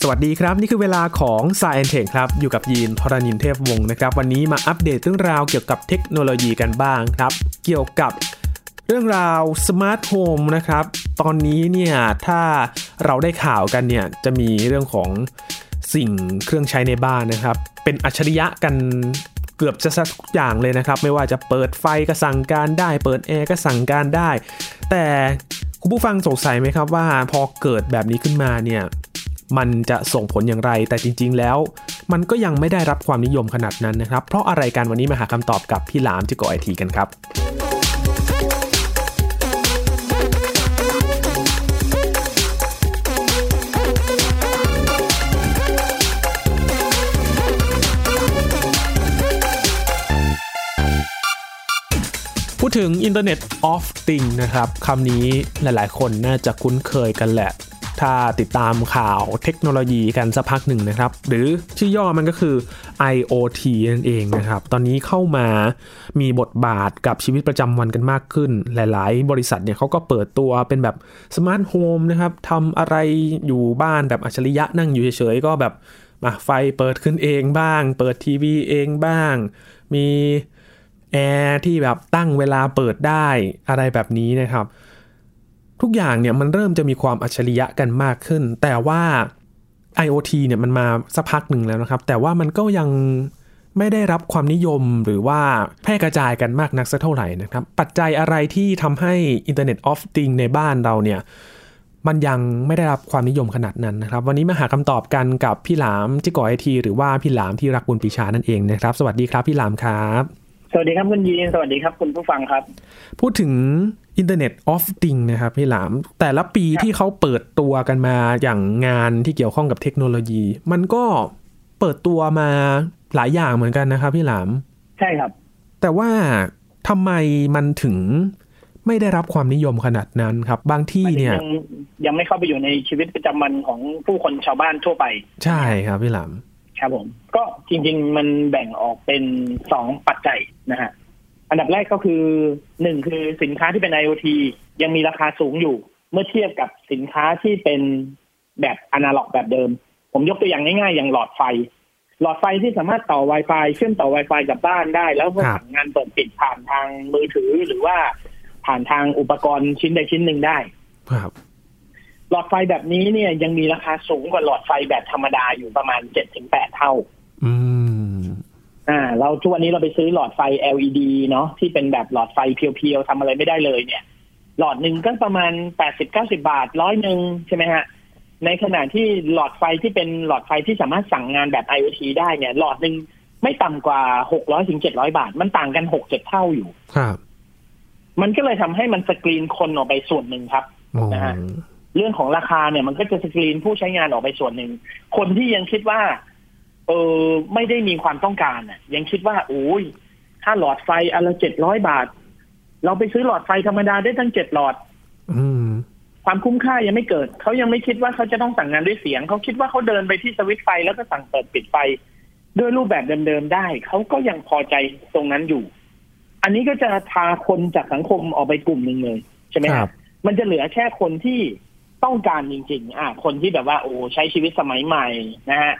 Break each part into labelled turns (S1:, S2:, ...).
S1: สวัสดีครับ นี่คือเวลาของ s ายแอนเทคครับ อยู่กับยีนทรณินเทพวงศ์นะครับ วันนี้มาอัปเดตเรื่องราวเกี่ยวกับเทคโนโลยีกันบ้างครับ เกี่ยวกับเรื่องราวสมาร์ทโฮมนะครับ ตอนนี้เนี่ยถ้าเราได้ข่าวกันเนี่ยจะมีเรื่องของสิ่งเครื่องใช้ในบ้านนะครับ เป็นอัจฉริยะกันเกือบจะสักอย่างเลยนะครับ ไม่ว่าจะเปิดไฟก็สั่งการได้ เปิดแอร์ก็สั่งการได้ แต่คุณผู้ฟังสงสัยไหมครับว่าพอเกิดแบบนี้ขึ้นมาเนี่ย มันจะส่งผลอย่างไร แต่จริง ๆ แล้ว มันก็ยังไม่ได้รับความนิยมขนาดนั้นนะครับ เพราะอะไรกันวันนี้มาหาคำตอบกับพี่หลามจิโกไอทีกันครับ พูดถึง Internet of Things นะครับคำนี้หลายๆ คนน่าจะคุ้นเคยกันแหละ ถ้าติดตามข่าวเทคโนโลยีกันสักพักหนึ่งนะครับ หรือชื่อย่อมันก็คือ IoT นั่นเองนะครับ ตอนนี้เข้ามามีบทบาทกับชีวิตประจำวันกันมากขึ้น หลายๆ บริษัทเนี่ยเขาก็เปิดตัวเป็นแบบสมาร์ทโฮมนะครับทำอะไรอยู่บ้านแบบอัจฉริยะนั่งอยู่เฉยๆ ก็แบบมาไฟเปิดขึ้นเองบ้าง เปิดทีวีเองบ้าง มี แอร์ที่แบบตั้งเวลาเปิดได้อะไรแบบนี้นะครับ ทุกอย่างเนี่ยมันเริ่มจะมีความอัจฉริยะกันมากขึ้น แต่ว่า IoT เนี่ยมันมาสักพักหนึ่งแล้วนะครับ แต่ว่ามันก็ยังไม่ได้รับความนิยมหรือว่าแพร่กระจายกันมากนักสักเท่าไหร่นะครับ ปัจจัยอะไรที่ทำให้ Internet of Things ในบ้านเราเนี่ย มันยังไม่ได้รับความนิยมขนาดนั้นนะครับ วันนี้มาหาคำตอบกันกับพี่หลามจิกกอไอที หรือว่าพี่หลามที่รักบุญปรีชานั่นเองนะครับ สวัสดีครับพี่หลามครับ
S2: สวัสดีครับคุณยีน สวัสดีครับคุณผู้ฟังครับ
S1: พูดถึง Internet of Things นะครับพี่หลาม แต่ละปี
S2: ครับ
S1: ที่เขาเปิดตัวกันมาอย่างงานที่เกี่ยวข้องกับเทคโนโลยี มันก็เปิดตัวมาหลายอย่างเหมือนกันนะครับพี่หลาม
S2: ใช่ครับ
S1: แต่ว่าทำไมมันถึงไม่ได้รับความนิยมขนาดนั้นครับ บางที่เนี่ย
S2: ยังยังไม่เข้าไปอยู่ในชีวิตประจำวันของผู้คนชาวบ้านทั่วไป
S1: ใช่ครับพี่หลาม
S2: ครับผม ก็จริง ๆ มันแบ่งออกเป็นสองปัจจัยนะฮะ อันดับแรกก็คือหนึ่งคือสินค้าที่เป็น IoT ยังมีราคาสูงอยู่ เมื่อเทียบกับสินค้าที่เป็นแบบอนาล็อกแบบเดิม ผมยกตัวอย่างง่ายๆ อย่างหลอดไฟ หลอดไฟที่สามารถต่อ Wi-Fi เชื่อมต่อ Wi-Fi กับบ้านได้ แล้วก็
S1: ครับ
S2: สั่งงานเปิดปิดผ่านทางมือถือหรือว่าผ่านทางอุปกรณ์ชิ้นใดชิ้นหนึ่งได้
S1: ครับ
S2: หลอดไฟแบบนี้เนี่ยยังมีราคาสูงกว่าหลอดไฟแบบธรรมดาอยู่ประมาณเจ็ดถึงแปดเท่า
S1: อืม
S2: อ่า เราทุกวันนี้เราไปซื้อหลอดไฟ LED เนาะที่เป็นแบบหลอดไฟเพียวๆทำอะไรไม่ได้เลยเนี่ย หลอดหนึ่งก็ประมาณแปดสิบเก้าสิบาทร้อยหนึ่งใช่ไหมฮะ ในขณะที่หลอดไฟที่เป็นหลอดไฟที่สามารถสั่งงานแบบ IoT ได้เนี่ย หลอดหนึ่งไม่ต่ำกว่าหกร้อยถึงเจ็ดร้อยบาท มันต่างกันหกเจ็ดเท่าอยู่
S1: ครับ
S2: มันก็เลยทำให้มันสกรีนคนออกไปส่วนหนึ่งครับ
S1: อ๋อ
S2: นะฮะ เรื่องของราคาเนี่ยมันก็จะสกรีนผู้ใช้งานออกไปส่วนหนึ่ง คนที่ยังคิดว่า เออไม่ได้มีความต้องการน่ะ ยังคิดว่าโอ้ยถ้าหลอดไฟอันละเจ็ดร้อยบาท เราไปซื้อหลอดไฟธรรมดาได้ตั้งเจ็ดหลอด
S1: อืม
S2: ความคุ้มค่ายังไม่เกิด เขายังไม่คิดว่าเขาจะต้องสั่งงานด้วยเสียง เขาคิดว่าเขาเดินไปที่สวิตช์ไฟแล้วก็สั่งเปิดปิดไฟ ด้วยรูปแบบเดิมๆได้ เขาก็ยังพอใจตรงนั้นอยู่ อันนี้ก็จะพาคนจากสังคมออกไปกลุ่มหนึ่งเลยใช่ไหม
S1: ค
S2: ค
S1: รั
S2: รับ บ มันจะเหลือแค่คนที่ต้องการจริง ๆ อ่ะคนที่แบบว่าโอ้ใช้ชีวิตสมัยใหม่นะฮะ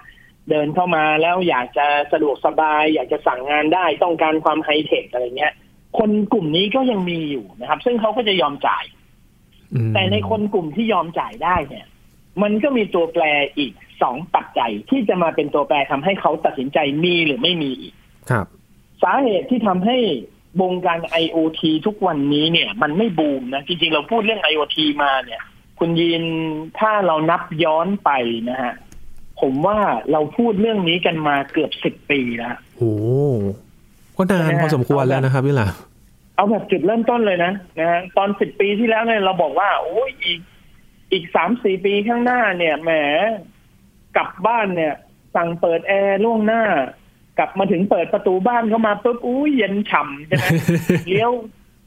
S2: เดินเข้ามาแล้วอยากจะสะดวกสบาย อยากจะสั่งงานได้ต้องการความไฮเทคอะไรเงี้ย คนกลุ่มนี้ก็ยังมีอยู่นะครับ ซึ่งเขาก็จะยอมจ่าย
S1: อืม
S2: แต่ในคนกลุ่มที่ยอมจ่ายได้เนี่ย มันก็มีตัวแปรอีกสองปัจจัยที่จะมาเป็นตัวแปรทำให้เขาตัดสินใจมีหรือไม่มีอีก
S1: ครับ
S2: สาเหตุที่ทำให้วงการ IoT ทุกวันนี้เนี่ย มันไม่บูมนะ จริงๆ เราพูดเรื่อง IoT มาเนี่ย คุณยินถ้าเรานับย้อนไปนะฮะ ผมว่าเราพูดเรื่องนี้กันมาเกือบสิบปีแล้ว
S1: โห ก็นานพอสมควรแล้วนะครับพี่หลาม
S2: เอาแบบจุดเริ่มต้นเลยนะนะฮะตอนสิบปีที่แล้วเนี่ยเราบอกว่าโอ้ยอีกอีกสามสี่ปีข้างหน้าเนี่ยแหมกลับบ้านเนี่ย สั่งเปิดแอร์ล่วงหน้า กลับมาถึงเปิดประตูบ้านเข้ามาปุ๊บอุ้ยเย็นฉ่ำใช่ไหม เลี้ยว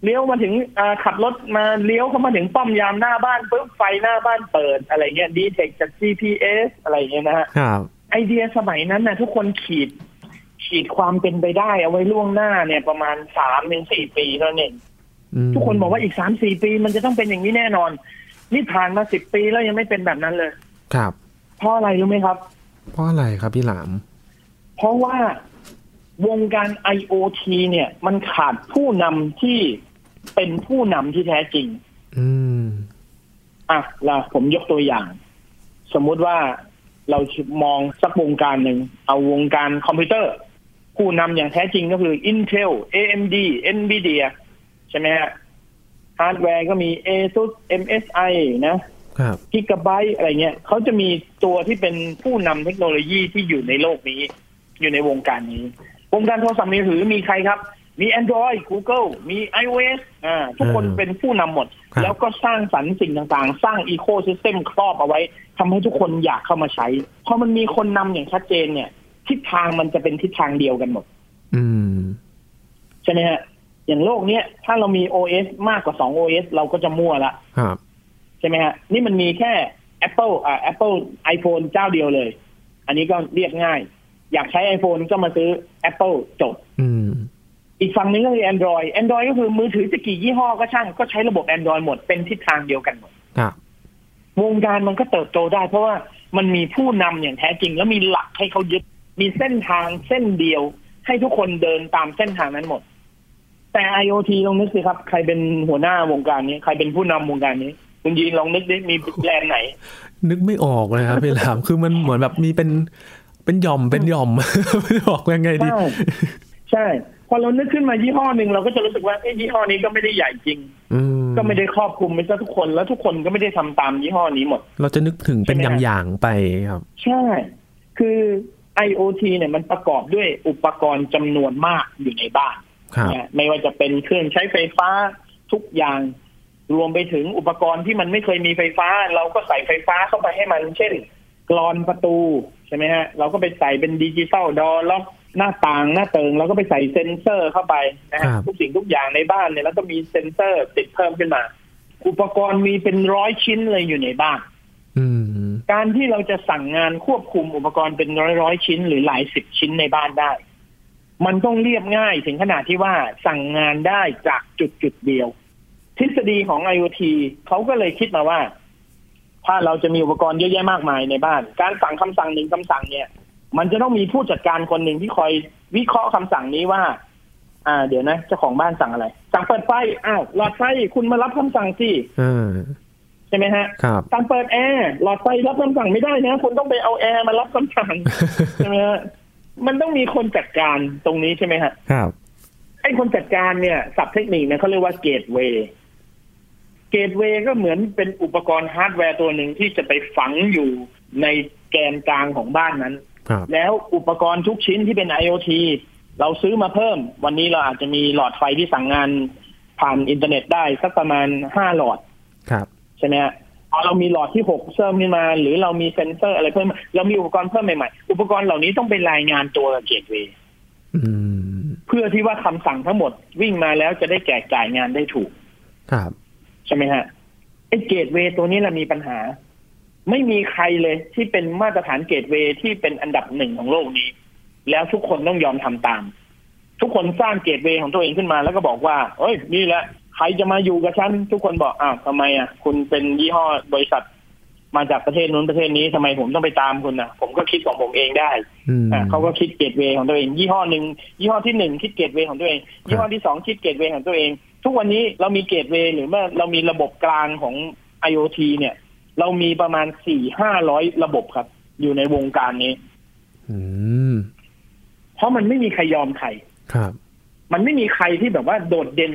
S2: เลี้ยวมาถึงอ่าขับรถมาเลี้ยวเข้ามาถึงป้อมยามหน้าบ้านปุ๊บไฟหน้าบ้านเปิดอะไรเงี้ยดีเทคจาก GPS อะไรเงี้ยนะฮะ
S1: ครับ
S2: ไอเดียสมัยนั้นนะทุกคนขีด ขีดความเป็นไปได้เอาไว้ล่วงหน้าเนี่ยประมาณสามถึงสี่ปีเท่านั้นเอง
S1: อืม
S2: ทุกคนบอกว่าอีกสามสี่ปีมันจะต้องเป็นอย่างนี้แน่นอน นี่ผ่านมาสิบปีแล้วยังไม่เป็นแบบนั้นเลย
S1: ครับ
S2: เพราะอะไรรู้ไหมครับ
S1: เพราะอะไรครับพี่หลาม
S2: เพราะว่าวงการ IoT เนี่ย มันขาดผู้นำที่เป็นผู้นำที่แท้จริง
S1: อืม
S2: อ่ะล่ะผมยกตัวอย่าง สมมุติว่าเรามองสักวงการหนึ่ง เอาวงการคอมพิวเตอร์ ผู้นำอย่างแท้จริงก็คือ Intel AMD Nvidia ใช่ไหมฮะฮาร์ดแวร์ก็มี ASUS MSI นะ
S1: ครับ
S2: กิกะไบต์อะไรเงี้ยเขาจะมีตัวที่เป็นผู้นำเทคโนโลยีที่อยู่ในโลกนี้ อยู่ในวงการนี้ วงการโทรศัพท์มือถือมีใครครับ มี Android Google มี iOS อ่าทุกคน
S1: อืม
S2: เป็นผู้นำหมด
S1: ครับ
S2: แล้วก็สร้างสรรค์สิ่งต่างๆ สร้างอีโค y ิสเต็มครอบเอาไว้ทำให้ทุกคนอยากเข้ามาใช้ พอมันมีคนนำอย่างชัดเจนเนี่ย ทิศทางมันจะเป็นทิศทางเดียวกันหมด
S1: อืม
S2: ใช่ไหมฮะอย่างโลกเนี้ยถ้าเรามี OS มากกว่า 2 OS เราก็จะมั่วละ
S1: ครับ
S2: ใช่ไหมฮะ นี่มันมีแค่ Apple อ่า Apple iPhone เจ้าเดียวเลย อันนี้ก็เรียกง่าย อยากใช้ iPhone ก็มาซื้อ Apple จบ
S1: อืม
S2: อีกฝั่งหนึงก็คือ Android Android ก็คือมือถือจะกี่ยี่ห้อก็ช่างก็ใช้ระบบ Android หมด เป็นทิศทางเดียวกันหมด
S1: ครับ
S2: วงการมันก็เติบโตได้ เพราะว่ามันมีผู้นำอย่างแท้จริง แล้วมีหลักให้เขายึด มีเส้นทางเส้นเดียว ให้ทุกคนเดินตามเส้นทางนั้นหมด แต่ IoT ลองนึกสิครับ ใครเป็นหัวหน้าวงการนี้ ใครเป็นผู้นำวงการนี้ คุณยีนลองนึกดิมีแบรนด์ไหน
S1: นึกไม่ออกเลยครับพี่หลาม คือมันเหมือนแบบมีเป็น เป็นหย่อม เป็นหย่อม ไม่รู้บอกยังไงดี
S2: ใช่ ใช่ พอเรานึกขึ้นมายี่ห้อหนึ่งเราก็จะรู้สึกว่าเอ้ยยี่ห้อนี้ก็ไม่ได้ใหญ่จริง
S1: อืม
S2: ก็ไม่ได้ครอบคลุมไปซะทุกคน แล้วทุกคนก็ไม่ได้ทำตามยี่ห้อนี้หมด
S1: เราจะนึกถึงเป็นอย่างๆไปครับ
S2: ใช่ คือ IoT เนี่ยมันประกอบด้วยอุปกรณ์จำนวนมากอยู่ในบ้าน
S1: ครับ
S2: นะไม่ว่าจะเป็นเครื่องใช้ไฟฟ้าทุกอย่าง รวมไปถึงอุปกรณ์ที่มันไม่เคยมีไฟฟ้า เราก็ใส่ไฟฟ้าเข้าไปให้มัน เช่นกรอนประตูใช่ไหมฮะ เราก็ไปใส่เป็นดิจิตอลดอล็อกหน้าต่างหน้าเติงเราก็ไปใส่เซ็นเซอร์เข้าไปนะฮะ
S1: ครับ
S2: ทุกสิ่งทุกอย่างในบ้านเนี่ยแล้วก็มีเซ็นเซอร์ติดเพิ่มขึ้นมา อุปกรณ์มีเป็นร้อยชิ้นเลยอยู่ในบ้าน
S1: อืม
S2: การที่เราจะสั่งงานควบคุมอุปกรณ์เป็นร้อยร้อยๆชิ้นหรือหลายสิบชิ้นในบ้านได้ มันต้องเรียบง่ายถึงขนาดที่ว่าสั่งงานได้จากจุดจุดๆเดียว ทฤษฎีของ IoT เขาก็เลยคิดมาว่า ถ้าเราจะมีอุปกรณ์เยอะแยะมากมายในบ้าน การสั่งคำสั่งหนึ่งคำสั่งเนี่ย มันจะต้องมีผู้จัดการคนหนึ่งที่คอยวิเคราะห์คำสั่งนี้ว่า อ่า เดี๋ยวนะเจ้าของบ้านสั่งอะไร สั่งเปิดไฟอ้าวหลอดไฟคุณมารับคำสั่งสิ
S1: อ่า
S2: ใช่ไหมฮะ
S1: ครับ
S2: สั่งเปิดแอร์หลอดไฟรับคำสั่งไม่ได้นะคุณต้องไปเอาแอร์มารับคำสั่ง ใช่ไหมฮะมันต้องมีคนจัดการตรงนี้ใช่ไหมฮะ
S1: ครับ
S2: ไอ้คนจัดการเนี่ยศัพท์เทคนิคเนี่ยเขาเรียกว่าเกตเวย์เกตเวย์ก็เหมือนเป็นอุปกรณ์ฮาร์ดแวร์ตัวหนึ่งที่จะไปฝังอยู่ในแกนกลางของบ้านนั้น
S1: ครับ
S2: แล้วอุปกรณ์ทุกชิ้นที่เป็น IoT เราซื้อมาเพิ่ม วันนี้เราอาจจะมีหลอดไฟที่สั่งงานผ่านอินเทอร์เน็ตได้สักประมาณห้าหลอด
S1: ครับ
S2: ใช่ไหมฮะพอเรามีหลอดที่หกเพิ่มขึ้นมา หรือเรามีเซ็นเซอร์อะไรเพิ่ม เรามีอุปกรณ์เพิ่มใหม่ๆ อุปกรณ์เหล่านี้ต้องเป็นรายงานตัวกับเกตเวย์
S1: อืม
S2: เพื่อที่ว่าคำสั่งทั้งหมดวิ่งมาแล้วจะได้แจกจ่ายงานได้ถูก
S1: ครับ
S2: ใช่ไหมฮะไอ้เกตเวย์ตัวนี้แหละมีปัญหา ไม่มีใครเลยที่เป็นมาตรฐานเกตเวย์ที่เป็นอันดับหนึ่งของโลกนี้ แล้วทุกคนต้องยอมทำตาม ทุกคนสร้างเกตเวย์ของตัวเองขึ้นมาแล้วก็บอกว่า เอ้ย นี่แหละ ใครจะมาอยู่กับฉัน ทุกคนบอกอ้าวทำไมอ่ะ คุณเป็นยี่ห้อบริษัท มาจากประเทศนู้นประเทศนี้ทำไมผมต้องไปตามคุณนะผมก็คิดของผมเองได้
S1: อืม
S2: อ่ะเขาก็คิดเกตเวย์ของตัวเอง ยี่ห้อหนึ่งยี่ห้อที่หนึ่งคิดเกตเวย์ของตัวเอง ยี่ห้อที่สองคิดเกตเวย์ของตัวเอง ทุกวันนี้เรามีเกตเวย์หรือว่าเรามีระบบกลางของ IoT เนี่ย เรามีประมาณสี่ห้าร้อยระบบครับ อยู่ในวงการนี้
S1: อืม
S2: เพราะมันไม่มีใครยอมใคร
S1: ครับ
S2: มันไม่มีใครที่แบบว่าโดดเด่น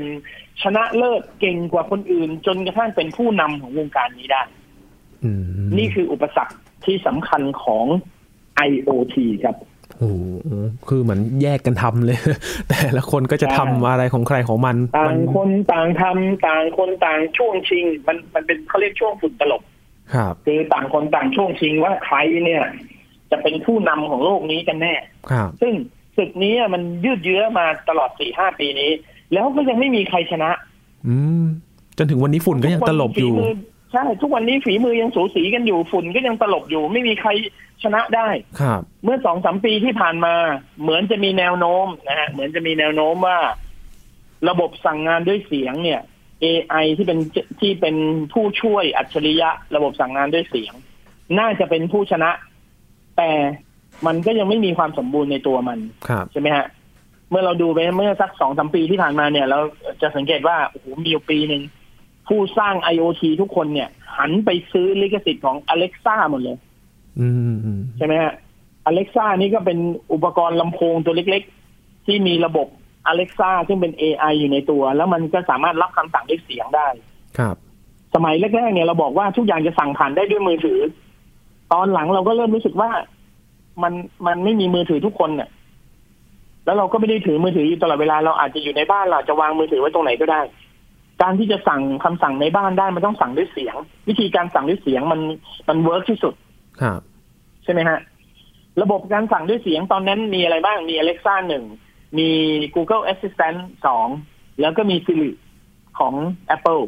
S2: ชนะเลิศเก่งกว่าคนอื่น จนกระทั่งเป็นผู้นำของวงการนี้ได้
S1: อืม
S2: นี่คืออุปสรรคที่สำคัญของ IoT ครับ
S1: โอ้โหคือเหมือนแยกกันทำเลย แต่ละคนก็จะทำอะไรของใครของมัน
S2: ต่า
S1: มั
S2: งคนต่างทำต่างคนต่างช่วงชิง มันมันเป็นเขาเรียกช่วงฝุ่นตลบ
S1: ครับ
S2: คือต่างคนต่างช่วงชิงว่าใครเนี่ย จะเป็นผู้นำของโลกนี้กันแน่
S1: ครับ
S2: ซึ่งศึกนี้มันยืดเยื้อมาตลอดสี่ห้าปีนี้ แล้วก็ยังไม่มีใครชนะ
S1: อืม จนถึงวันนี้ฝุ่นก็ยังตลบอยู่
S2: ทุกวันนี้ฝีมืใช่ ทุกวันนี้ฝีมือยังสูสีกันอยู่ฝุ่นก็ยังตลบอยู่ ไม่มีใครชนะได้
S1: ครับ
S2: เมื่อสองสามปีที่ผ่านมา เหมือนจะมีแนวโน้มนะฮะเหมือนจะมีแนวโน้มว่า ระบบสั่งงานด้วยเสียงเนี่ย AI ที่เป็นที่เป็นผู้ช่วยอัจฉริยะ ระบบสั่งงานด้วยเสียง น่าจะเป็นผู้ชนะ แต่มันก็ยังไม่มีความสมบูรณ์ในตัวมัน
S1: ครับ
S2: ใช่ไหมฮะ เมื่อเราดูไปเมื่อสักสองสามปีที่ผ่านมาเนี่ย เราจะสังเกตว่า โอ้โห มีอยู่ปีหนึ่ง ผู้สร้าง IoT ทุกคนเนี่ย หันไปซื้อลิขสิทธิ์ของ Alexa หมดเลย
S1: อืมอืม
S2: ใช่ไหมฮะ Alexa นี่ก็เป็นอุปกรณ์ลำโพงตัวเล็กๆ ที่มีระบบ Alexa ซึ่งเป็น AI อยู่ในตัว แล้วมันก็สามารถรับคำสั่งด้วยเสียงได้
S1: ครับ
S2: สมัยแรกๆเนี่ยเราบอกว่าทุกอย่างจะสั่งผ่านได้ด้วยมือถือ ตอนหลังเราก็เริ่มรู้สึกว่ามันมันไม่มีมือถือทุกคนเนี่ยแล้วเราก็ไม่ได้ถือมือถืออยู่ตลอดเวลาเราอาจจะอยู่ในบ้านเราอาจจะวางมือถือไว้ตรงไหนก็ได้ การที่จะสั่งคำสั่งในบ้านได้มันต้องสั่งด้วยเสียง วิธีการสั่งด้วยเสียงมันมันเวิร์กที่สุด
S1: ครับ
S2: ใช่ไหมฮะ ระบบการสั่งด้วยเสียงตอนนั้นมีอะไรบ้าง มี Alexa หนึ่ง มี Google Assistant สอง แล้วก็มี Siri ของ Apple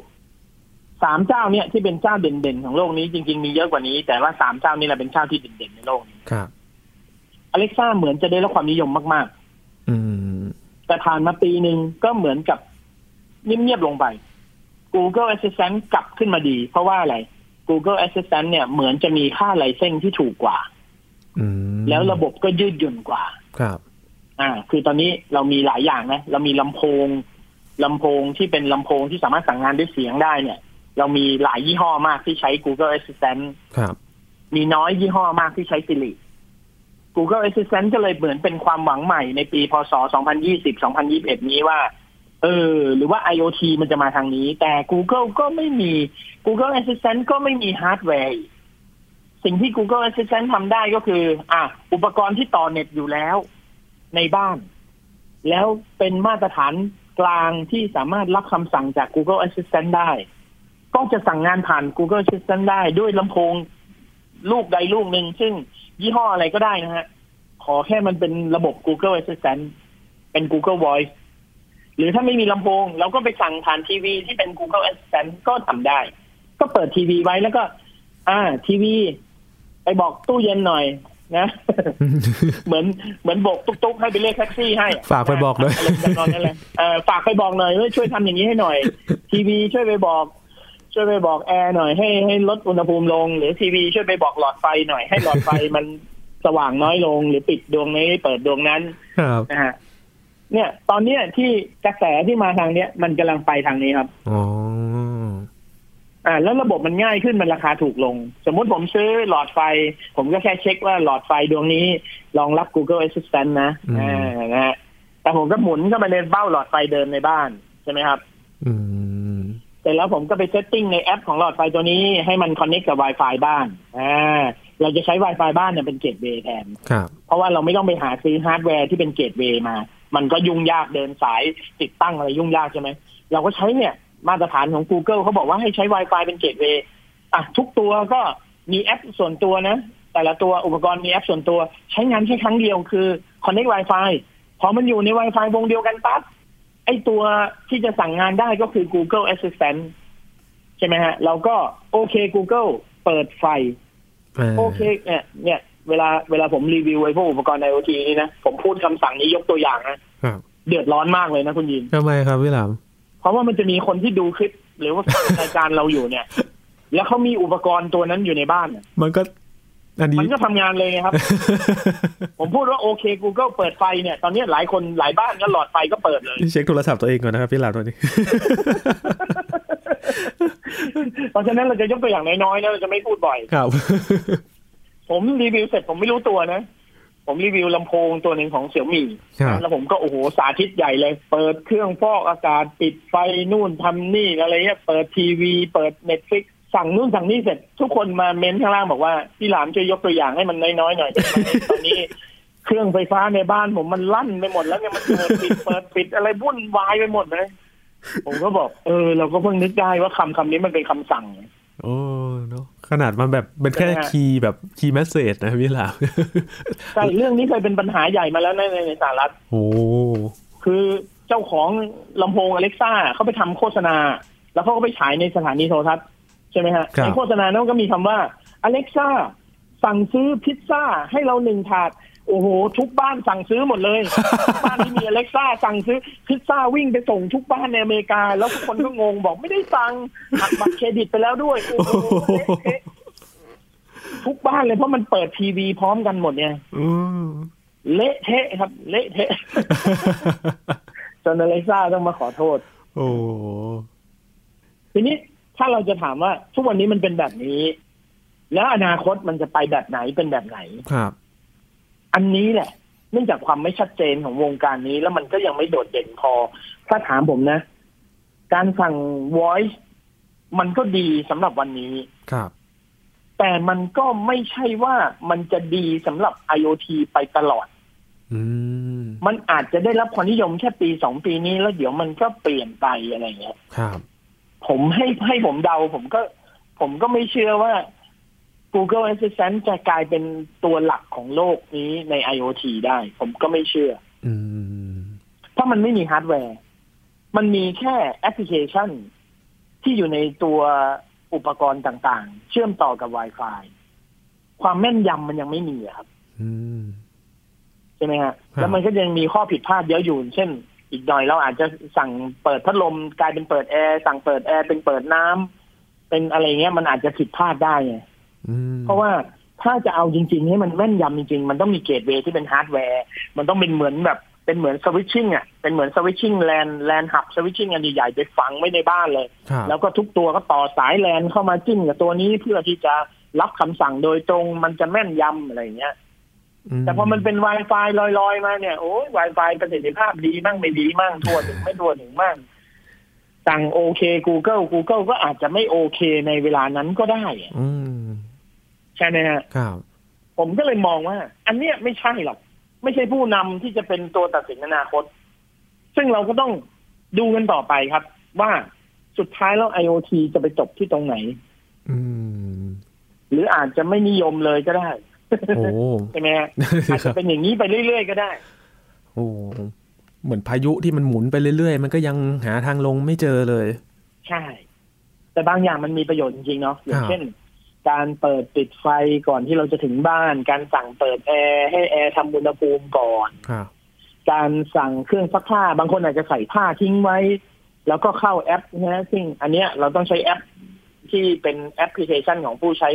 S2: สามเจ้าเนี่ยที่เป็นเจ้าเด่นๆ ของโลกนี้จริงๆ มีเยอะกว่านี้ แต่ว่าสามเจ้านี้แหละเป็นเจ้าที่เด่นๆ ในโลกนี้
S1: ครับ
S2: Alexa เหมือนจะได้รับความนิยมมาก
S1: อืม
S2: ๆ แต่ผ่านมาปีหนึ่งก็เหมือนกับเงียบๆ ลงไป Google Assistant กลับขึ้นมาดี เพราะว่าอะไร Google Assistant เนี่ยเหมือนจะมีค่าไลเซนส์ที่ถูกกว่า
S1: อืม
S2: แล้วระบบก็ยืดหยุ่นกว่า
S1: ครับ
S2: อ่า คือตอนนี้เรามีหลายอย่างนะ เรามีลำโพงลำโพงที่เป็นลำโพงที่สามารถสั่งงานด้วยเสียงได้เนี่ย เรามีหลายยี่ห้อมากที่ใช้ Google Assistant
S1: ครับ
S2: มีน้อยยี่ห้อมากที่ใช้ Siri Google Assistant ก็เลยเหมือนเป็นความหวังใหม่ในปี พศ 2020-2021 นี้ว่า เออ หรือว่า IoT มันจะมาทางนี้ แต่ Google ก็ไม่มี Google Assistant ก็ไม่มีฮาร์ดแวร์อีกสิ่งที่ Google Assistant ทำได้ก็คือ อ่ะ อุปกรณ์ที่ต่อเน็ตอยู่แล้ว ในบ้าน แล้วเป็นมาตรฐานกลางที่สามารถรับคำสั่งจาก Google Assistant ได้ ก็จะสั่งงานผ่าน Google Assistant ได้ด้วยลำโพง ลูกใดลูกหนึ่งซึ่งยี่ห้ออะไรก็ได้นะฮะ ขอแค่มันเป็นระบบ Google Assistant เป็น Google Voice หรือถ้าไม่มีลำโพง เราก็ไปสั่งผ่านทีวีที่เป็น Google Assistant ก็ทำได้ ก็เปิดทีวีไว้แล้วก็ อ่า ทีวี ไปบอกตู้เย็นหน่อยนะ เหมือนเหมือนโบกตุ๊กๆให้ไปเรียกแท็กซี่ให้
S1: ฝากไปบอกด้วย
S2: ะไรประมาณนั้นเลยเออฝากไปบอกหน่อยว่าช่วยทำอย่างนี้ให้หน่อย ทีวีช่วยไปบอก ช่วยไปบอกแอร์หน่อยให้ให้ลดอุณหภูมิลง หรือทีวีช่วยไปบอกหลอดไฟหน่อยให้หลอดไฟ มันสว่างน้อยลง หรือปิดดวงนี้เปิดดวงนั้น
S1: ครับ
S2: นะฮะเนี่ย ตอนเนี้ยที่กระแสที่มาทางเนี้ย มันกำลังไปทางนี้ครับ
S1: อ๋อ
S2: อ่า แล้วระบบมันง่ายขึ้นมันราคาถูกลง สมมุติผมซื้อหลอดไฟ ผมก็แค่เช็คว่าหลอดไฟดวงนี้รองรับ Google Assistant นะอ่านะฮะแต่ผมก็หมุนเข้าไปในเบ้าหลอดไฟเดิมในบ้านใช่ไหมครับ
S1: อืม
S2: เสร็จแล้วผมก็ไปเซตติ้งในแอปของหลอดไฟตัวนี้ให้มันคอนเน c t กับ Wi-Fi บ้าน อ่า เราจะใช้ Wi-Fi บ้านเนี่ยเป็นเกตเวย์แทน
S1: ครับ
S2: เพราะว่าเราไม่ต้องไปหาซื้อฮาร์ดแวร์ที่เป็นเกตเวย์มา มันก็ยุ่งยากเดินสายติดตั้งอะไรยุ่งยากใช่ไหม เราก็ใช้เนี่ย มาตรฐานของ Google เขาบอกว่าให้ใช้ Wi-Fi เป็นเกตเวย์อ่ะทุกตัวก็มีแอปส่วนตัวนะ แต่ละตัวอุปกรณ์มีแอปส่วนตัว ใช้งานแค่ครั้งเดียวคือ Connect Wi-Fi พอมันอยู่ใน Wi-Fi วงเดียวกันปั๊บไอตัวที่จะสั่งงานได้ก็คือ Google Assistant ใช่ไหมฮะ เราก็โอเค Google เปิดไฟ
S1: อ่า
S2: โอเคเนี่ยเนี่ยเวลาเวลาผมรีวิวไอ้พวกอุปกรณ์ IoT นี่นะ ผมพูดคำสั่งนี้ยกตัวอย่างนะครับ เดือดร้อนมากเลยนะคุณยิน
S1: ทำไมครับพี่หลาม
S2: เพราะว่ามันจะมีคนที่ดูคลิป หรือว่าฟัง รายการเราอยู่เนี่ย แล้วเขามีอุปกรณ์ตัวนั้นอยู่ในบ้านน่ะ
S1: มันก็ อันนี้
S2: มันก็ทำงานเลยไงครับ ผมพูดว่าโอเค Google เปิดไฟเนี่ย ตอนนี้หลายคนหลายบ้านก็หลอดไฟก็เปิดเลย
S1: เช็คโทรศัพท์ตัวเองก่อนนะครับพี่หลามตอนนี้
S2: เพราะฉะนั้นเราจะยกตัวอย่างน้อยๆนะเราจะไม่พูดบ่อย
S1: ครับ
S2: ผมรีวิวเสร็จผมไม่รู้ตัวนะ ผมรีวิวลำโพงตัวหนึ่งของเสี่ยมี่
S1: ครับ
S2: แล้วผมก็โอ้โหสาธิตใหญ่เลย เปิดเครื่องฟอกอากาศปิดไฟนู่นทำนี่อะไรเงี้ยเปิดทีวี เปิดเน็ตฟิกสั่งนู่นสั่งนี่เสร็จ ทุกคนมาเม้นข้างล่างบอกว่า พี่หลามช่วยยกตัวอย่างให้มันน้อยๆหน่อยได้ไหม ตอนนี้เครื่องไฟฟ้าในบ้านผมมันลั่นไปหมดแล้วเนี่ยมันเปิดปิดเปิดปิดอะไรวุ่นวายไปหมดเลย ผมก็บอก เออ เราก็เพิ่งนึกได้ว่าคำคำนี้มันเป็นคำสั่ง
S1: โอ้เนาะขนาดมันแบบเป็นแค่
S2: ใช่ไหมฮะ
S1: คีย์แบบคีย์แมสเซจนะพี่หลาม
S2: ใช่เรื่องนี้เคยเป็นปัญหาใหญ่มาแล้วนะในในสหรัฐ
S1: โอ้
S2: คือเจ้าของลำโพงอเล็กซ่าเขาไปทำโฆษณา แล้วเขาก็ไปฉายในสถานีโทรทัศน์ใช่ไหมฮะในโฆษณานั้นก็มีคำว่าอเล็กซ่าสั่งซื้อพิซซ่าให้เราหนึ่งถาด โอ้โห ทุกบ้านสั่งซื้อหมดเลย บ้านที่มีอเล็กซ่าสั่งซื้อพิซซ่าวิ่งไปส่งทุกบ้านในอเมริกา แล้วทุกคนก็งงบอกไม่ได้สั่งหักบัตรเครดิตไปแล้วด้วยโอ้โหเละเทะทุก บ้านเลยเพราะมันเปิดทีวีพร้อมกันหมดเนี่ย
S1: อืม
S2: เละเทะครับ เละเทะ จนอเล็กซ่าต้องมาขอโทษ
S1: โอ้โห
S2: ทีนี้ถ้าเราจะถามว่าทุกวันนี้มันเป็นแบบนี้ แล้วอนาคตมันจะไปแบบไหนเป็นแบบไหน
S1: ครับ
S2: อันนี้แหละ เนื่องจากความไม่ชัดเจนของวงการนี้ แล้วมันก็ยังไม่โดดเด่นพอ ถ้าถามผมนะ การสั่ง voice มันก็ดีสำหรับวันนี้
S1: ครับ
S2: แต่มันก็ไม่ใช่ว่ามันจะดีสำหรับ IoT ไปตลอด
S1: อืม
S2: มันอาจจะได้รับความนิยมแค่ปีสองปีนี้ แล้วเดี๋ยวมันก็เปลี่ยนไปอะไรอย่างเงี้ย
S1: ครับ
S2: ผมให้ให้ผมเดา ผมก็ ผมก็ไม่เชื่อว่า Google Assistant จะกลายเป็นตัวหลักของโลกนี้ใน IoT ได้ ผมก็ไม่เชื่อ
S1: อืม
S2: เพราะมันไม่มีฮาร์ดแวร์ มันมีแค่แอปพลิเคชัน ที่อยู่ในตัวอุปกรณ์ต่างๆ เชื่อมต่อกับ Wi-Fi ความแม่นยำมันยังไม่มีอะครับ
S1: อืม
S2: ใช่ไหมฮะ แล้วมันก็ยังมีข้อผิดพลาดเยอะอยู่ เช่น อีกหน่อยเราอาจจะสั่งเปิดพัดลมกลายเป็นเปิดแอร์ สั่งเปิดแอร์เป็นเปิดน้ำเป็นอะไรเงี้ย มันอาจจะผิดพลาดได้ไง
S1: อืม
S2: เพราะว่าถ้าจะเอาจริง ๆ ให้มันแม่นยำจริง ๆ มันต้องมีเกตเวย์ที่เป็นฮาร์ดแวร์ มันต้องเป็นเหมือนแบบเป็นเหมือนสวิตชิ่งอ่ะ เป็นเหมือนสวิตชิ่งแลนแลนหับสวิตชิ่งอันใหญ่ๆไปฝังไว้ในบ้านเลย
S1: ครับ
S2: แล้วก็ทุกตัวก็ต่อสายแลนเข้ามาจิ้มกับตัวนี้เพื่อที่จะรับคำสั่งโดยตรงมันจะแม่นยำอะไรอย่างเงี้ย แต่พอมันเป็น Wi-Fi ลอยๆ มาเนี่ยโอ้ย Wi-Fi ประสิทธิภาพดีมั่งไม่ดีมั่งทั่วถึงไม่ทั่วถึงมั่งสั่งโอเค Google Google ก็อาจจะไม่โอเคในเวลานั้นก็ได้อะ
S1: อืม
S2: ใช่ไหมฮะ
S1: ครับ
S2: ผมก็เลยมองว่า อันเนี้ยไม่ใช่หรอก ไม่ใช่ผู้นำที่จะเป็นตัวตัดสินอนาคต ซึ่งเราก็ต้องดูกันต่อไปครับ ว่าสุดท้ายแล้ว IoT จะไปจบที่ตรงไหน
S1: อืม
S2: หรืออาจจะไม่นิยมเลยก็ได้
S1: โอ้ โห
S2: ใช่ไหมฮะอาจจะเป็นอย่างนี้ไปเรื่อยๆ ก็ได้
S1: โอ้โหเหมือนพายุที่มันหมุนไปเรื่อยๆ มันก็ยังหาทางลงไม่เจอเลย
S2: ใช่ แต่บางอย่างมันมีประโยชน์จริงๆเนาะอย่าง
S1: อ่า
S2: เช่น การเปิดปิดไฟก่อนที่เราจะถึงบ้าน การสั่งเปิดแอร์ให้แอร์ทำอุณหภูมิก่อน
S1: ครับ
S2: การสั่งเครื่องซักผ้า บางคนอาจจะใส่ผ้าทิ้งไว้ แล้วก็เข้าแอปนะฮะซึ่งอันเนี้ยเราต้องใช้แอปที่เป็นแอปพลิเคชันของผู้ใช้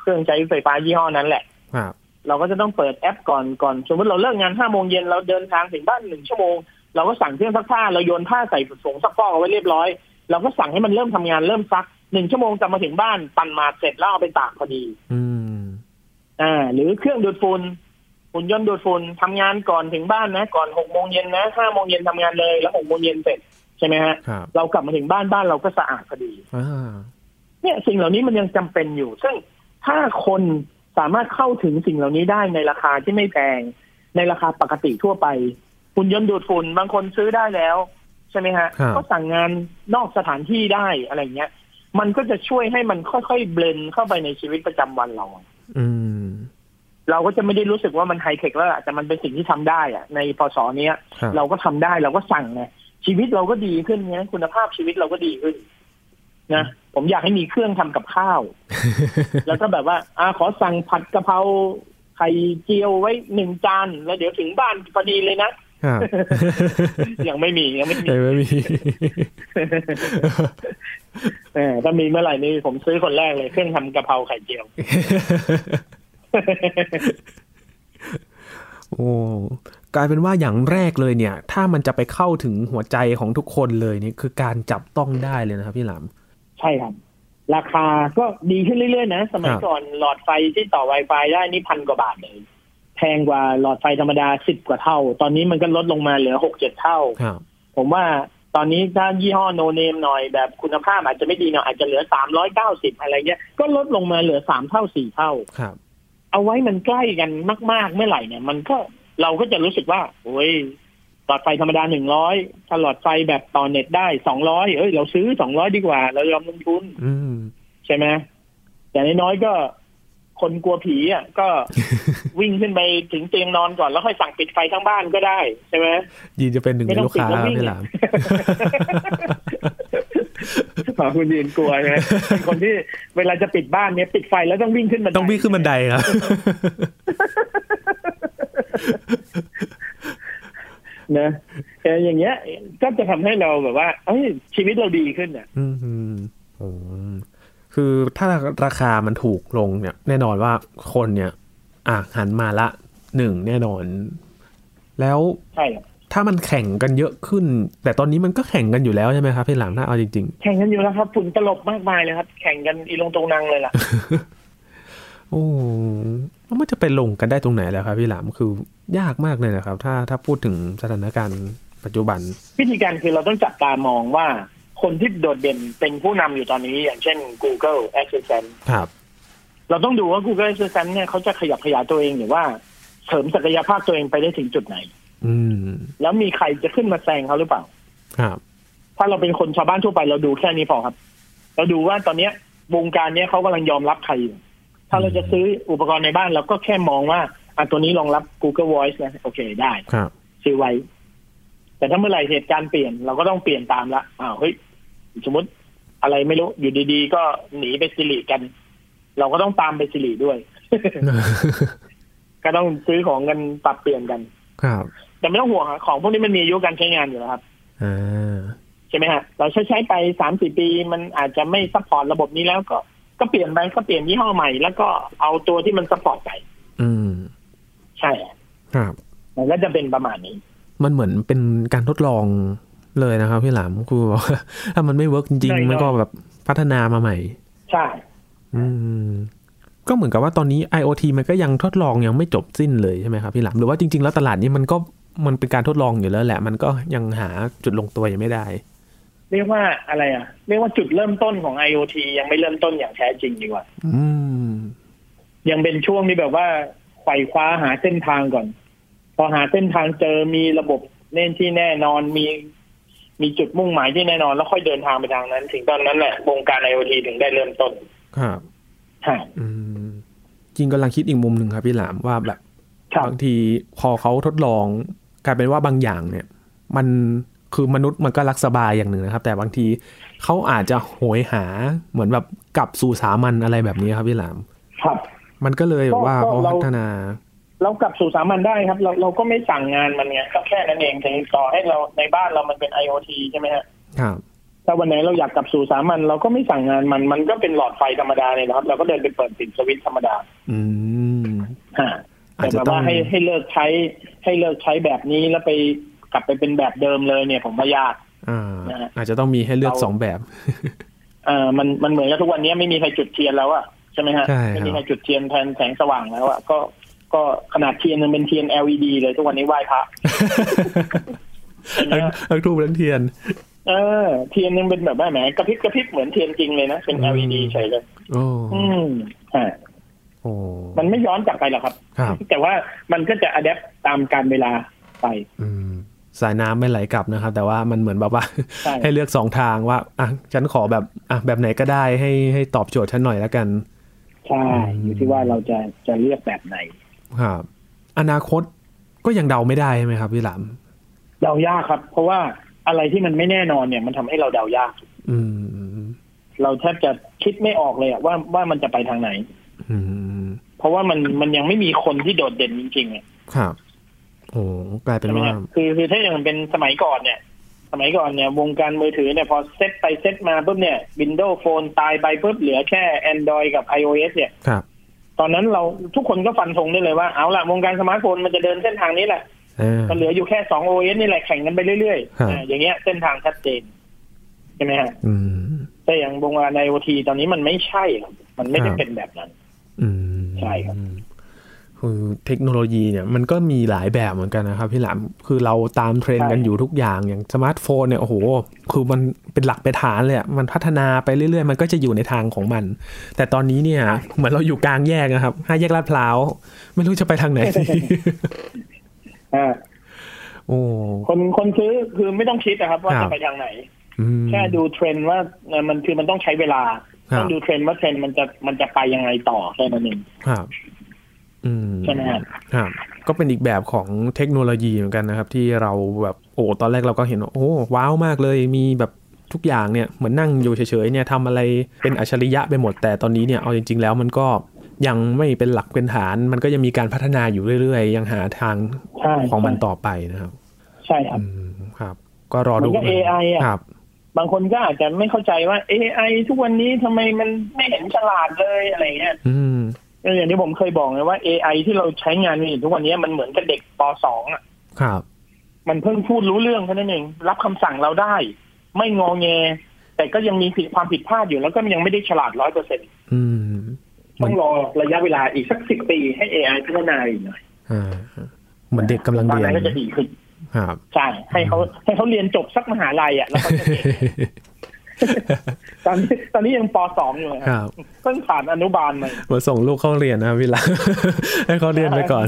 S2: เครื่องใช้ไฟฟ้ายี่ห้อนั้นแหละ
S1: ครับ
S2: เราก็จะต้องเปิดแอปก่อนก่อนสมมติเราเลิกงานห้าโมงเย็นเราเดินทางถึงบ้านหนึ่งชั่วโมง เราก็สั่งเครื่องซักผ้าเราโยนผ้าใส่ผงซักฟอกเอาไว้เรียบร้อย เราก็สั่งให้มันเริ่มทำงานเริ่มซักหนึ่งชั่วโมงกลับมาถึงบ้านปั่นมาเสร็จแล้วเอาไปตากพอดี
S1: อืม
S2: อ่าหรือเครื่องดูดฝุ่นหุ่นยนต์ดูดฝุ่นทำงานก่อนถึงบ้านนะ ก่อนหกโมงเย็นนะห้าโมงเย็นทำงานเลย แล้วหกโมงเย็นเสร็จใช่ไหมฮะ
S1: ครับ
S2: เรากลับมาถึงบ้านบ้านเราก็สะอาดพอดี
S1: อ่า
S2: เนี่ยสิ่งเหล่านี้มันยังจำเป็นอยู่ ซึ่งถ้าคนสามารถเข้าถึงสิ่งเหล่านี้ได้ในราคาที่ไม่แพง ในราคาปกติทั่วไปหุ่นยนต์ดูดฝุ่นบางคนซื้อได้แล้วใช่ไหมฮะ ก็สั่งงานนอกสถานที่ได้อะไรเงี้ย มันก็จะช่วยให้มันค่อยๆเบลนเข้าไปในชีวิตประจำวันเรา
S1: อืม
S2: เราก็จะไม่ได้รู้สึกว่ามันไฮเทคแล้วล่ะแต่มันเป็นสิ่งที่ทำได้อะในพศเนี้ย
S1: ครับ
S2: เราก็ทำได้เราก็สั่งไงชีวิตเราก็ดีขึ้นเนี่ยคุณภาพชีวิตเราก็ดีขึ้นนะผมอยากให้มีเครื่องทำกับข้าว แล้วก็แบบว่าอาขอสั่งผัดกะเพราไข่เจียวไว้หนึ่งจานแล้วเดี๋ยวถึงบ้านพอดีเลยนะ
S1: ครับ
S2: ยังไม่มียังไม่มี
S1: เอ้ยไม่มี
S2: เออถ้ามีเมื่อไหร่นี่ผมซื้อคนแรกเลยเครื่องทำกะเพราไข่เจียว
S1: โอ้กลายเป็นว่าอย่างแรกเลยเนี่ย ถ้ามันจะไปเข้าถึงหัวใจของทุกคนเลยนี่คือการจับต้องได้เลยนะครับพี่หลาม
S2: ใช่ครับ ราคาก็ดีขึ้นเรื่อยๆนะ สมั
S1: ค
S2: ย
S1: รับ
S2: ก่อนหลอดไฟที่ต่อ Wi-Fi ได้นี่พันกว่าบาทเลย แพงกว่าหลอดไฟธรรมดาสิบกว่าเท่า ตอนนี้มันก็ลดลงมาเหลือหกเจ็ดเท่า
S1: ครับ
S2: ผมว่าตอนนี้ถ้ายี่ห้อโนเนมหน่อยแบบคุณภาพอาจจะไม่ดีหน่อยอาจจะเหลือสามร้อยเก้าสิบอะไรเงี้ย ก็ลดลงมาเหลือสามเท่าสี่เท่า
S1: ครับ
S2: เอาไว้มันใกล้กันมาก ๆ เมื่อไหร่เนี่ย มันก็เราก็จะรู้สึกว่า โอ้ยหลอดไฟธรรมดาหนึ่งร้อยถ้าหลอดไฟแบบต่อเน็ตได้สองร้อยเอ้ยเราซื้อสองร้อยดีกว่า เรายอมลงทุน
S1: อืม
S2: ใช่ไหมแต่างน้อยๆก็คนกลัวผีอ่ะก็ วิ่งขึ้นไปถึงเตียงนอนก่อนแล้วค่อยสั่งปิดไฟทั้งบ้านก็ได้ใช่ไหม
S1: ยินจะเป็นหนึ่ง
S2: ไม่
S1: ใน
S2: ต้อง
S1: ลูกค้า
S2: ปิดแล้ววิ่ง
S1: พี่หลาม
S2: หมา คุณยืนกลัวใช่ไหมเป็นคนที่เวลาจะปิดบ้านเนี้ยปิดไฟแล้วต้องวิ่งขึ้นบันได
S1: ต้องวิ่งขึ้นบันไดครับ
S2: นะเอออย่างเงี้ย ก็จะทำให้เราแบบว่าเอ้ยชีวิตเราดีขึ้นอ่ะ
S1: อืมอืม คือถ้าราคามันถูกลงเนี่ย แน่นอนว่าคนเนี่ย อ่ะหันมาละหนึ่งแน่นอน แล้ว
S2: ใช่
S1: ถ้ามันแข่งกันเยอะขึ้น แต่ตอนนี้มันก็แข่งกันอยู่แล้วใช่ไหมครับพี่หลังถ้าเอาจริง
S2: แข่งกันอยู่แล้วครับฝุ่นตลบมากมายเลยครับ แข่งกันอีลงตรงนังเลยล่ะ
S1: ๆ โอ้แล้วมันจะไปลงกันได้ตรงไหนแล้วครับพี่หลามคือยากมากเลยนะครับ ถ้าถ้าพูดถึงสถานการณ์ปัจจุบัน
S2: วิธีการคือเราต้องจับตามองว่า คนที่โดดเด่นเป็นผู้นำอยู่ตอนนี้อย่างเช่น Google Assistant
S1: ครับ
S2: เราต้องดูว่า Google Assistant เนี่ยเขาจะขยับขยายตัวเองหรือว่าเสริมศักยภาพตัวเองไปได้ถึงจุดไหน
S1: อืม
S2: แล้วมีใครจะขึ้นมาแซงเขาหรือเปล่า
S1: ครับ
S2: ถ้าเราเป็นคนชาวบ้านทั่วไปเราดูแค่นี้พอครับ เราดูว่าตอนเนี้ยวงการเนี้ยเขากำลังยอมรับใครอยู่ถ้าเราจะซื้ออุปกรณ์ในบ้านเราก็แค่มองว่าอ่ะตัวนี้รองรับ Google Voice นะโอเคได้
S1: ครับ
S2: ซื้อไว้ แต่ถ้าเมื่อไหร่เหตุการณ์เปลี่ยนเราก็ต้องเปลี่ยนตามละอ้าวเฮ้ยสมมติอะไรไม่รู้อยู่ดีๆ ก็หนีไปสิริกัน เราก็ต้องตามไปสิริด้วย ก็ต้องซื้อของกันปรับเปลี่ยนกัน
S1: ครับ
S2: แต่ไม่ต้องห่วงอะของพวกนี้มันมีอายุการใช้งานอยู่แล้วครับ
S1: อ่า
S2: ใช่ไหมฮะเราใช้ใช้ไปสามสี่ปีมันอาจจะไม่ซัพพอร์ตระบบนี้แล้วก็ก็เปลี่ยนไปก็เปลี่ยนยี่ห้อใหม่ แล้วก็เอาตัวที่มันซัพพอร์ตไป
S1: อืม
S2: ใช่
S1: ครับ
S2: มันก็จะเป็นประมาณนี้
S1: มันเหมือนเป็นการทดลองเลยนะครับพี่หลามคือบอกว่า ถ้ามันไม่เวิร์กจริง
S2: ใช่
S1: ๆมันก็
S2: ใช่
S1: แบบพัฒนามาใหม่
S2: ใช่
S1: อืม ก็เหมือนกับว่าตอนนี้ IoT มันก็ยังทดลองยังไม่จบสิ้นเลยใช่ไหมครับพี่หลามหรือว่าจริง ๆ แล้วตลาดนี้มันก็มันเป็นการทดลองอยู่แล้วแหละ มันก็ยังหาจุดลงตัวยังไม่ได้
S2: เรียกว่าอะไรอ่ะ เรียกว่าจุดเริ่มต้นของ IoT ยังไม่เริ่มต้นอย่างแท้จริงดีกว่า
S1: อืม
S2: ยังเป็นช่วงที่แบบว่าไขว่คว้าหาเส้นทางก่อน พอหาเส้นทางเจอมีระบบเน่นที่แน่นอนมี มีจุดมุ่งหมายที่แน่นอน แล้วค่อยเดินทางไปทางนั้น ถึงตอนนั้นแหละวงการ IoT ถึงได้เริ่มต้น
S1: ครับ
S2: ใช่
S1: อืม จริงกำลังคิดอีกมุมหนึ่งครับพี่หลามว่าแบบ
S2: ครับ
S1: บางทีพอเขาทดลองกลายเป็นว่าบางอย่างเนี่ย มันคือมนุษย์มันก็รักสบายอย่างหนึ่งนะครับ แต่บางทีเขาอาจจะโหยหาเหมือนแบบกลับสู่สามัญอะไรแบบนี้ครับพี่หลาม
S2: ครับ
S1: มันก็เลยแบบว่า
S2: ก็
S1: เขา
S2: เรา
S1: พัฒนา
S2: เรากลับสู่สามัญได้ครับ เราเราก็ไม่สั่งงานมันไงก็แค่นั้นเองแต่ต่อให้เราในบ้านเรามันเป็น IoT ใช่ไหมฮะ
S1: ครับ
S2: ถ้าวันไหนเราอยากกลับสู่สามัญเราก็ไม่สั่งงานมันมันก็เป็นหลอดไฟธรรมดาเลยนะครับ เราก็เดินไปเปิดปิดสวิตช์ธรรมดา
S1: อืม
S2: ฮะ
S1: อา
S2: แต่
S1: จจะ
S2: แบบ
S1: ต้อง
S2: ว่าให้ให้เลิกใช้ ให้เลิกใช้แบบนี้แล้วไปกลับไปเป็นแบบเดิมเลยเนี่ยผมว่ายาก
S1: อ่า
S2: นะฮะ
S1: อาจจะต้องมีให้เลือก
S2: เรา
S1: สอง แบบ
S2: เออมันมันเหมือนกับทุกวันนี้ไม่มีใครจุดเทียนแล้วอะใช่ไหมฮะ
S1: ใช่ครับ
S2: ไม่มีใครจุดเทียนแทนแสงสว่างแล้วอะก็ก็ขนาดเทียนมันเป็นเทียน LED เลยทุกวันนี้ไหว้พระ ใช่ไหม
S1: ทั้ง
S2: ฮะ
S1: ทั้งทูบทั้งเทียน
S2: เออ เทียนยังเป็นแบบว่าแหมกระพริบกระพริบเหมือนเทียนจริงเลยนะเป็น
S1: อืม
S2: LED เฉยเลย
S1: โอ้
S2: อืมฮะ
S1: โอ้
S2: มันไม่ย้อนกลับไปหรอกครับ
S1: ครับ
S2: แต่ว่ามันก็จะอัดแอปตามการเวลาไป
S1: อืม สายน้ำไม่ไหลกลับนะครับ แต่ว่ามันเหมือนแบบว่า
S2: ใช่
S1: ให้เลือกสองทางว่าอ่ะฉันขอแบบอ่ะแบบไหนก็ได้ให้ให้ตอบโจทย์ฉันหน่อยแล้วกัน
S2: ใช่อยู่ที่ว่าเราจะจะเลือกแบบไหน
S1: ครับอนาคตก็ยังเดาไม่ได้ใช่ไหมครับพี่หลาม
S2: เดายากครับ เพราะว่าอะไรที่มันไม่แน่นอนเนี่ย มันทำให้เราเดายาก
S1: อืม
S2: เราแทบจะคิดไม่ออกเลยอะว่าว่ามันจะไปทางไหน
S1: อืม
S2: เพราะว่ามันมันยังไม่มีคนที่โดดเด่นจริงๆอะ
S1: ครับโอ้กลายเป็น
S2: ใช่ไหม
S1: ว่า
S2: ฮะคือคือถ้าอย่างเป็นสมัยก่อนเนี่ย สมัยก่อนเนี่ยวงการมือถือเนี่ยพอเซตไปเซตมาปุ๊บเนี่ยวินโดว์โฟนตายไปปุ๊บเหลือแค่ Android กับ iOS เนี่ย
S1: ครับ
S2: ตอนนั้นเราทุกคนก็ฟันธงได้เลยว่าเอาละวงการสมาร์ทโฟนมันจะเดินเส้นทางนี้แหละ
S1: เออ
S2: มันเหลืออยู่แค่สอง OS นี่แหละแข่งกันไปเรื่อย
S1: ครับ
S2: ๆอ่าอย่างเงี้ยเส้นทางชัดเจนใช่ไหมฮะ
S1: อืม
S2: แต่อย่างวงการไอโอทีตอนนี้มันไม่ใช่ครับมันไม่ได้เป็นแบบนั้น
S1: อืม
S2: ใช่ครับ
S1: คือเทคโนโลยีเนี่ยมันก็มีหลายแบบเหมือนกันนะครับพี่หลามคือเราตามเทรนด์กันอยู่ทุกอย่างอย่างสมาร์ทโฟนเนี่ยโอ้โห คือมันเป็นหลักเป็นฐานเลยอะมันพัฒนาไปเรื่อยๆ มันก็จะอยู่ในทางของมัน แต่ตอนนี้เนี่ยเหมือนเราอยู่กลางแยกนะครับห้าแยกลาดพร้าวไม่รู้จะไปทางไหนดี
S2: อ่า
S1: โอ้
S2: คนคนซื้อคือไม่ต้องคิดนะครับ ว่า
S1: ครั
S2: จะ
S1: บ
S2: ไปทางไหน
S1: อืม
S2: แค่ดูเทรนด์ว่าเอ่อมันคือมันต้องใช้เวลา
S1: ครับ
S2: ต้องดูเทรนด์ว่าเทรนด์มันจะมันจะไปยังไงต่อแค่นั้นเอง
S1: ครับ อืม
S2: ใช่ไหมครับ
S1: ครับ ก็เป็นอีกแบบของเทคโนโลยีเหมือนกันนะครับ ที่เราแบบโอ้ตอนแรกเราก็เห็นว่าโอ้ว้าวมากเลยมีแบบทุกอย่างเนี่ยเหมือนนั่งอยู่เฉยๆเนี่ยทำอะไรเป็นอัจฉริยะไปหมด แต่ตอนนี้เนี่ยเอาจริง ๆ แล้วมันก็ยังไม่เป็นหลักเป็นฐาน มันก็ยังมีการพัฒนาอยู่เรื่อยๆ ยังหาทาง
S2: ใช่
S1: ของมัน
S2: ใช่
S1: ต่อไปนะครับ
S2: ใช่ครับ
S1: อืมครับ ก็รอดู
S2: มันก็ AI อะ
S1: ครับ
S2: บางคนก็อาจจะไม่เข้าใจว่า AI ทุกวันนี้ทำไมมันไม่เห็นฉลาดเลยอะไรเงี้ย
S1: อืม
S2: ก็อย่างที่ผมเคยบอกไงว่า AI ที่เราใช้งานกันอยู่ทุกวันนี้มันเหมือนกับเด็กป .2 อ่ะ
S1: ครับ
S2: มันเพิ่งพูดรู้เรื่องแค่นั้นเองรับคำสั่งเราได้ ไม่งอแง แต่ก็ยังมีผิดความผิดพลาดอยู่แล้วก็ยังไม่ได้ฉลาดร้อยเปอร์เซ็น
S1: อืม
S2: ต้องรอระยะเวลาอีกสักสิบปีให้ AI พัฒนาอีกหน่อย
S1: อ่า เหมือนเด็กกำลัง
S2: ตอน
S1: เรียน
S2: นั้นก็จะดีขึ้น
S1: ครับ
S2: ใช่ให้เขาให้เขาเรียนจบสักมหาลัยอ่ะแล้วเขาจะเก่งตอนนี้ตอนนี้ยังป .2 อยู่นะครับ เพิ่งผ่านอนุบาลมา
S1: มาส่งลูกเข้าเรียนนะ พี่ลา ให้เขาเรียนไป ก่อน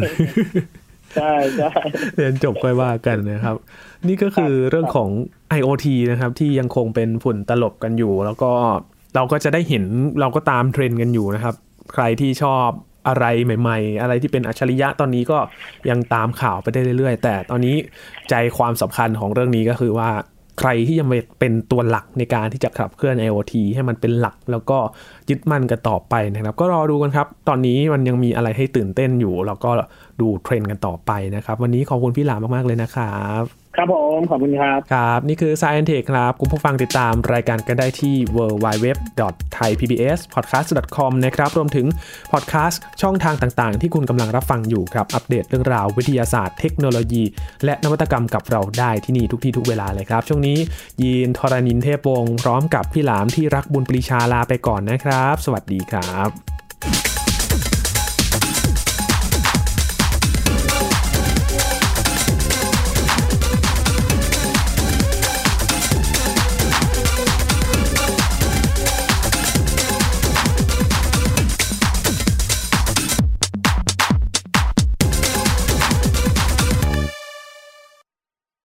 S2: ใช่ใช่
S1: เรียนจบค่อยว่ากันนะครับ นี่ก็คือเรื่องของ IoT นะครับ ที่ยังคงเป็นฝุ่นตลบกันอยู่ แล้วก็เราก็จะได้เห็นเราก็ตามเทรนด์กันอยู่นะครับ ใครที่ชอบอะไรใหม่ ๆ อะไรที่เป็นอัจฉริยะตอนนี้ก็ยังตามข่าวไปได้เรื่อย ๆ แต่ตอนนี้ใจความสำคัญของเรื่องนี้ก็คือว่า ใครที่ยังเป็นตัวหลักในการที่จะขับเคลื่อน IoT ให้มันเป็นหลัก แล้วก็ยึดมั่นกันต่อไปนะครับ ก็รอดูกันครับ ตอนนี้มันยังมีอะไรให้ตื่นเต้นอยู่ แล้วก็ดูเทรนด์กันต่อไปนะครับ วันนี้ขอบคุณพี่หลามมาก ๆ เลยนะครับ
S2: ครับผม ขอบคุณครับ
S1: ครับ นี่คือ Science Tech ครับคุณผู้ฟังติดตามรายการกันได้ที่ www.thaipbspodcast.com นะครับ รวมถึงพอดแคสต์ช่องทางต่างๆ ที่คุณกำลังรับฟังอยู่ครับ อัปเดตเรื่องราววิทยาศาสตร์เทคโนโลยี และนวัตกรรมกับเราได้ที่นี่ทุกที่ทุกเวลาเลยครับ ช่วงนี้ยีนทรณินเทพวงศ์พร้อมกับพี่หลามที่รักบุญปรีชาลาไปก่อนนะครับ สวัสดีครับ